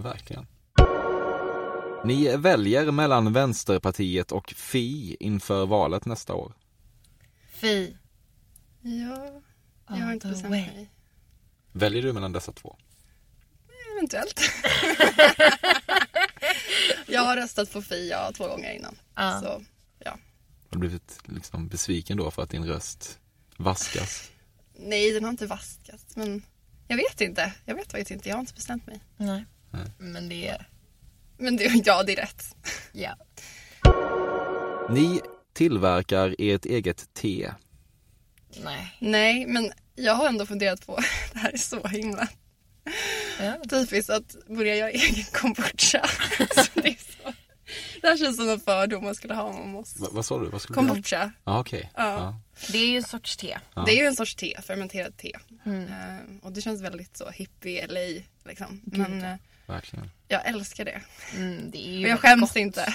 C: Verkligen. Ni väljer mellan Vänsterpartiet och Fi inför valet nästa år.
F: Fi.
G: Ja, jag har inte bestämt mig.
C: Väljer du mellan dessa två?
F: [LAUGHS]
G: Eventuellt. jag har röstat på Fia två gånger innan. Så, ja.
C: Har du blivit liksom besviken då för att din röst vaskas?
G: Nej, den har inte vaskats. Men jag vet inte. Jag vet faktiskt inte. Jag har inte bestämt mig.
F: Nej.
C: Nej.
F: Men det är...
G: Men det, ja, det är rätt.
F: Ja.
C: Ni tillverkar ert eget te.
F: Nej.
G: Nej, men jag har ändå funderat på, [LAUGHS] det här är så himla typiskt att börja göra egen kombucha. [LAUGHS] så det, är så. det här känns som en fördom man skulle ha om oss.
C: Va, vad sa du? Vad skulle
G: Kombucha.
C: Du? Ah, okej.
G: Ja.
C: Ja.
F: Det är ju en sorts te.
C: Ja.
G: Det är ju en sorts te, fermenterat te.
F: Mm.
G: Eh, och det känns väldigt så hippie, LA liksom.
F: Gud.
G: Men eh,
C: Verkligen.
G: jag älskar det.
F: Mm, det är ju
G: Och
F: väldigt
G: jag skäms
F: gott.
G: inte.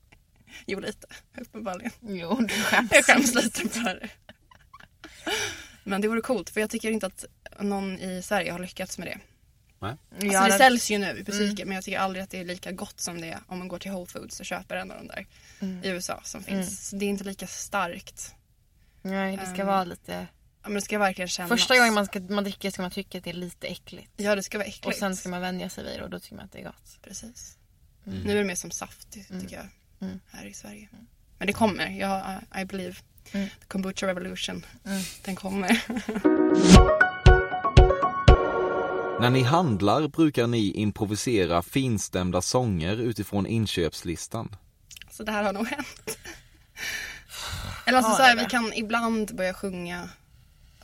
G: [LAUGHS] jo, lite. Uppenbarligen.
F: Jo, du skäms.
G: Jag skäms lite för det. Men det vore coolt, för jag tycker inte att någon i Sverige har lyckats med det.
C: Nej.
G: Alltså, det säljs ju nu
F: Mm.
G: i butiker men jag tycker aldrig att det är lika gott som det är om man går till Whole Foods och köper en av de där
F: Mm.
G: i USA som finns.
F: Mm.
G: Så det är inte lika starkt.
F: Nej, det ska
G: Ehm,
F: vara lite...
G: Ja, men det ska verkligen kännas.
F: Första gången man, ska, man dricker ska man tycka att det är lite äckligt.
G: Ja, det ska vara äckligt.
F: Och sen ska man vänja sig vid det och då tycker man att det är gott.
G: Precis.
F: Mm.
G: Nu är det mer som saft ty- tycker jag
F: Mm.
G: här i Sverige. Men det kommer, jag, I- I believe.
F: Mm.
G: The kombucha revolution,
F: Mm.
G: den kommer. [LAUGHS]
C: När ni handlar brukar ni improvisera finstämda sånger utifrån inköpslistan.
G: Så det här har
F: [SIGHS]
G: nog hänt. Eller alltså
F: Har
G: så här,
F: det
G: vi
F: det?
G: kan ibland börja sjunga,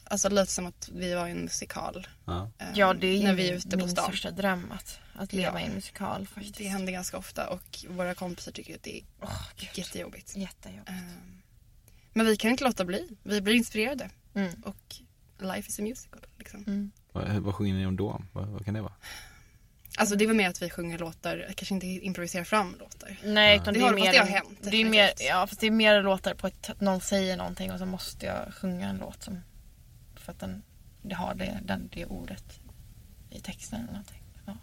G: alltså lite som att vi var i en musikal.
C: Ja.
G: eh,
F: Ja, det är ju
G: när vi är ute på
F: min
G: stan.
F: största dröm att, att leva
G: Ja.
F: i en musikal faktiskt.
G: Det händer ganska ofta och våra kompisar tycker att det är
F: Åh, gud.
G: jättejobbigt.
F: Jättejobbigt.
G: Ehm, Men vi kan inte låta bli. Vi blir inspirerade.
F: Mm.
G: Och life is a musical. Liksom.
C: Vad, vad sjunger ni om då? Vad, vad kan det vara?
G: Alltså det är väl mer att vi sjunger låtar, kanske inte improviserar fram låtar.
F: Nej, utan
G: Det
F: det, är
G: har- fast
F: mer...
G: det har hänt,
F: det är mer,
G: definitivt.
F: ja, fast det är mer låtar på ett, att någon säger någonting och så måste jag sjunga en låt som... För att den, det har det, den, det ordet i texten eller någonting. Ja.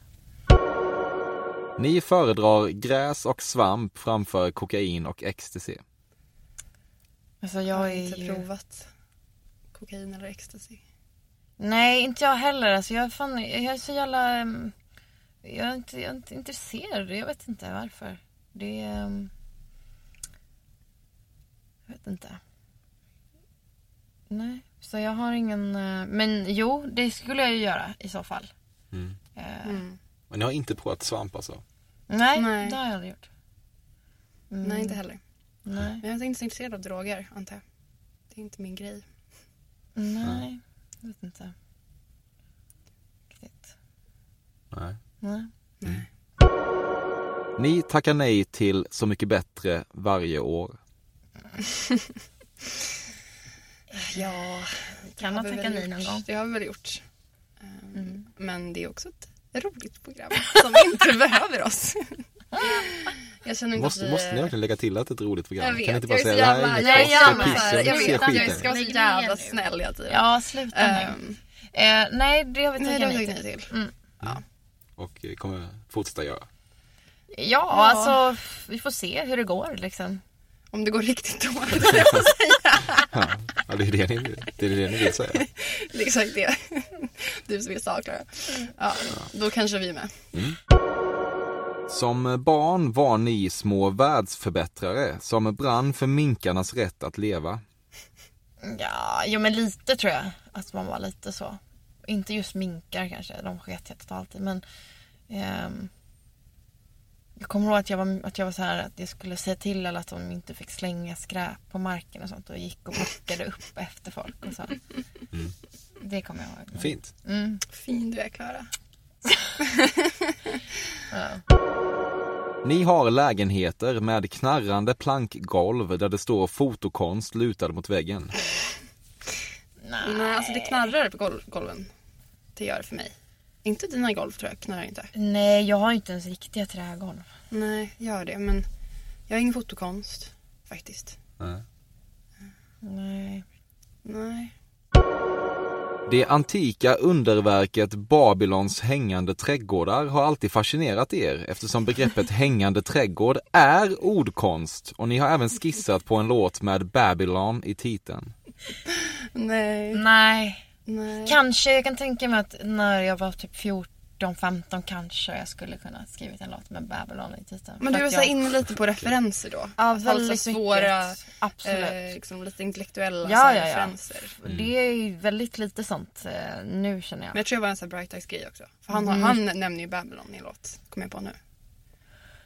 C: Ni föredrar gräs och svamp framför kokain och ecstasy.
F: Alltså
G: Jag har
F: jag är
G: inte
F: ju...
G: provat kokain eller ecstasy.
F: Nej, inte jag heller. Alltså, jag, är fan, jag är så jävla... ehm, Jag är inte, jag är inte intresserad. Jag vet inte varför. Det... är, ehm, Jag vet inte. Nej, så jag har ingen... eh, Men jo, det skulle jag ju göra i så fall.
C: Mm.
F: Eh,
C: Men ni har inte provat svamp alltså?
F: Nej,
G: Nej.
F: det har jag aldrig gjort. Mm,
G: Nej, inte heller.
F: Nej.
G: Men jag är inte så intresserad av droger, antar jag. Det är inte min grej.
F: Nej, jag vet inte. Riktigt.
C: Nej.
F: Nej.
C: Ni tackar nej till Så mycket bättre varje år.
G: Ja,
F: Kan man tacka nej någon gång?
G: Det har vi väl gjort. Ehm,
F: Mm.
G: Men det är också ett roligt program [LAUGHS] som inte behöver
F: [LAUGHS]
G: oss. jag känner inte att
C: Måste,
G: vi...
C: måste ni verkligen lägga till att det är ett roligt program?
G: Jag vet,
C: kan ni inte bara
G: jag är
C: säga
G: så
C: det här
G: jävla-
C: är
F: jag är
C: inget jag piss,
F: jävla-
C: jag
F: jag
C: vill se
F: vet, jag
C: skiten.
G: Jag ska vara så
F: Lägg
G: jävla
F: ner nu.
G: snäll hela tiden.
F: Ja, sluta nu.
G: Ehm,
F: Eh, nej, det har vi tackat
G: nej,
F: nej
G: det har jag
F: till.
G: tagit nej till.
F: Mm.
C: Och eh, kommer fortsätta göra.
F: Ja, alltså f- vi får se hur det går liksom.
G: Om det går riktigt dåligt, [LAUGHS]
C: [LAUGHS]
G: höll jag på att säga.
C: Ja, det är det ni, det är det ni vill säga.
G: Det är exakt det. Du som är saknar. Ja, då kanske vi är med.
C: Som barn var ni små världsförbättrare som brann för minkarnas rätt att leva.
F: Ja, jo men lite tror jag att man var lite så. Inte just minkar kanske, de sket jag totalt i men ehm, Jag kommer ihåg att jag, var, att jag var så här att jag skulle säga till alla att de inte fick slänga skräp på marken och sånt och gick och plockade upp efter folk och så. Det kommer jag ihåg.
C: Fint.
F: Mm.
G: Fin du är, Klara.
C: Ni har lägenheter med knarrande plankgolv där det står fotokonst lutad mot väggen.
F: Nej.
G: Nej, alltså det knarrar på gol- golven. Det gör det för mig. Inte dina golv tror jag knarrar inte.
F: Nej, jag har ju inte ens riktiga trägolv.
G: Nej, gör det. Men Jag har ingen fotokonst faktiskt.
C: Nej.
F: Nej.
G: Nej.
C: Det antika underverket Babylons hängande trädgårdar har alltid fascinerat er eftersom begreppet hängande trädgård är ordkonst och ni har även skissat på en låt med Babylon i titeln.
G: Nej.
F: Nej.
G: Nej.
F: Kanske, jag kan tänka mig att när jag var typ 14, 15 kanske jag skulle kunna skrivit en låt med Babylon i titeln.
G: Men du
F: För
G: var
F: att
G: så här
F: jag-
G: inne lite på referenser då?
F: Ja,
G: Alltså
F: väldigt
G: svåra,
F: mycket. Absolut.
G: Eh, liksom lite intellektuella så
F: Ja,
G: här,
F: ja, ja.
G: referenser.
F: Det är ju väldigt lite sånt eh, nu känner jag.
G: Men jag tror det var en sån här Bright Eyes grej också. För han,
F: Mm.
G: har, han nämner ju Babylon i en låt, kommer jag på nu.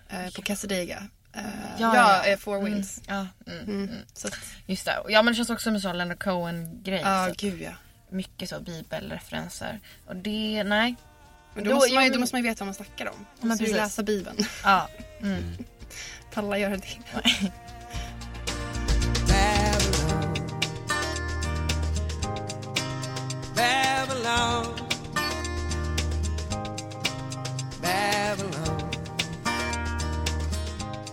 G: Eh, på Cassadiga. Eh, ja,
F: ja.
G: eh, Four Winds.
F: Mm, ja, mm, mm.
G: Så att,
F: Just det. Och Ja men det känns också som en sån Leonard Cohen-grej.
G: Ja,
F: så
G: gud ja.
F: Mycket så bibelreferenser. Och det, nej.
G: men då, måste man ju,
F: jag-
G: då måste man ju veta vad man snackar om. Man
F: Men
G: måste ju
F: precis. [LAUGHS]
G: läsa Bibeln.
F: Ja. Mm.
G: Palla göra det.
N: Babylon. Babylon.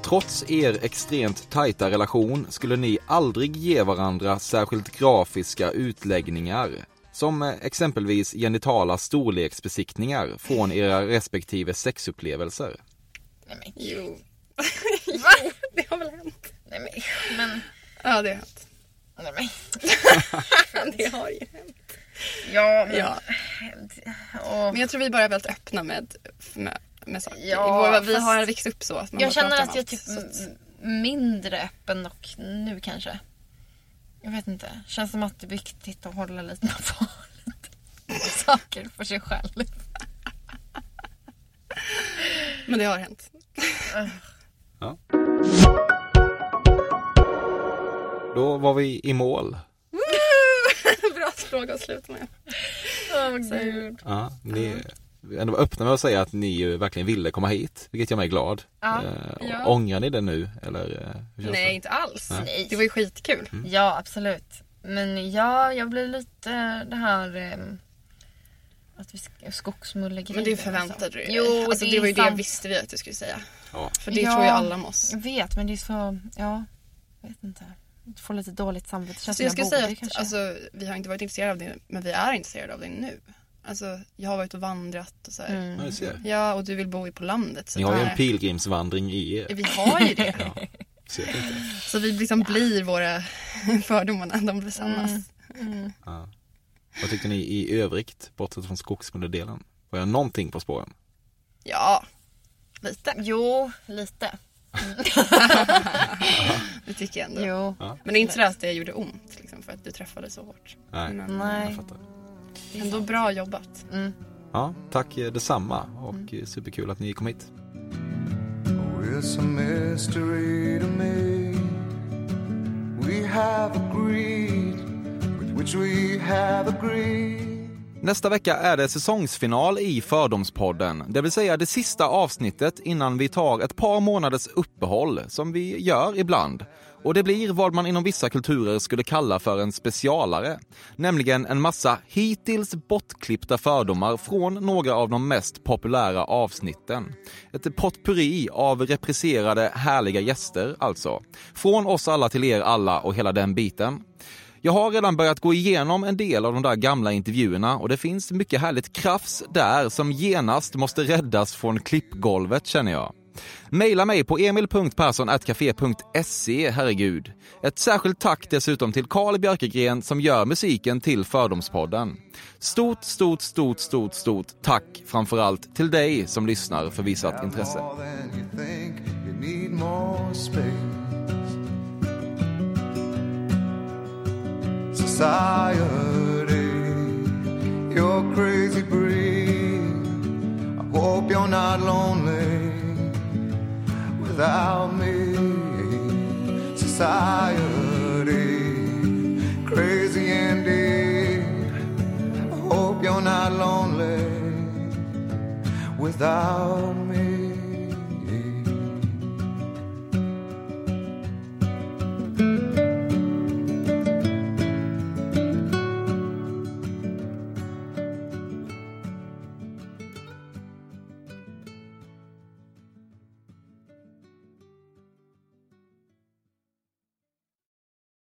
C: Trots er extremt tajta relation skulle ni aldrig ge varandra särskilt grafiska utläggningar. Som eh, exempelvis genitala storleksbesiktningar från era respektive sexupplevelser.
F: Nej men
G: [LAUGHS] Jo.
F: [LAUGHS] det har väl hänt? Nej men. men
G: Ja, det har hänt.
F: nej men.
G: [LAUGHS] det har ju hänt.
F: Ja men.
G: Ja.
F: Och,
G: Men jag tror vi bara är väldigt öppna med, med, med saker.
F: Ja,
G: Vår- vi
F: fast-
G: har växt upp så att man
F: jag
G: bara
F: känner
G: pratar om
F: att jag är
G: allt,
F: typ
G: så att-
F: m- mindre öppen och nu kanske. Jag vet inte. Känns som att det är viktigt att hålla lite på lite [LAUGHS] saker för sig själv.
G: Men det har hänt.
C: Då var vi i mål.
F: [LAUGHS]
G: Bra att fråga att sluta med.
F: Åh gud.
C: Ja, ni ändå var öppna med att säga att ni ju verkligen ville komma hit, vilket gör mig glad.
G: Ja,
C: Eh, och
G: ja.
C: Ångrar ni det nu? Eller, eh, hur känns
G: Nej,
C: det?
G: inte alls.
C: Nej.
G: Det var ju skitkul.
F: Ja, absolut. Men ja, jag blir lite eh, det här ehm, att vi sk- skogsmullegrejer.
G: Men det
F: och så.
G: förväntade du dig.
F: liksom. Jo,
G: alltså,
F: det,
G: det, var ju
F: sant.
G: det visste vi att du skulle säga.
C: Ja.
G: För det
F: Ja,
G: tror ju alla om oss.
F: Jag vet, men det är så, ja, jag vet inte. Jag får lite dåligt samvete. Det känns
G: Så jag
F: som
G: skulle säga
F: borde
G: att
F: kanske.
G: alltså, vi har inte varit intresserade av det, men vi är intresserade av det nu. Alltså, jag har varit och vandrat och så här.
F: Mm.
C: Ja, jag ser.
G: Ja, och du vill bo i- på landet. Så
C: Ni har ju
G: där-
C: en pilgrimsvandring i er.
G: Vi har
C: [LAUGHS]
G: ju det.
C: Ja, ser jag inte.
G: Så vi liksom blir våra [LAUGHS] fördomarna, de besannas.
F: Mm.
C: Ja. Vad tyckte ni i övrigt, bortsett från skogsmulledelen? Var jag någonting på spåren?
G: Ja, lite.
F: Jo, lite.
G: Det tycker jag ändå.
F: Jo.
C: Ja.
G: Men det är inte så att det gjorde ont liksom, för att du träffade så hårt.
C: Nej,
G: Men,
F: Nej.
G: Ändå bra jobbat.
F: Mm.
C: Ja, tack eh, detsamma och eh, superkul att ni kom hit.
N: It's a mystery to me. We have agreed with which we have agreed.
C: Nästa vecka är det säsongsfinal i Fördomspodden, det vill säga det sista avsnittet innan vi tar ett par månaders uppehåll, som vi gör ibland. Och det blir vad man inom vissa kulturer skulle kalla för en specialare, nämligen en massa hittills bortklippta fördomar från några av de mest populära avsnitten. Ett potpurri av repriserade härliga gäster alltså. Från oss alla till er alla och hela den biten. Jag har redan börjat gå igenom en del av de där gamla intervjuerna och det finns mycket härligt krafs där som genast måste räddas från klippgolvet känner jag. Maila mig på emil.perssonatcafe.se, herregud. Ett särskilt tack dessutom till Carl Björkegren som gör musiken till Fördomspodden. Stort, stort, stort, stort, stort tack framförallt till dig som lyssnar för visat intresse.
N: More than you think, you need more space. Society, you're crazy breed. I hope you're not lonely without me. Society, crazy indeed. I hope you're not lonely without me.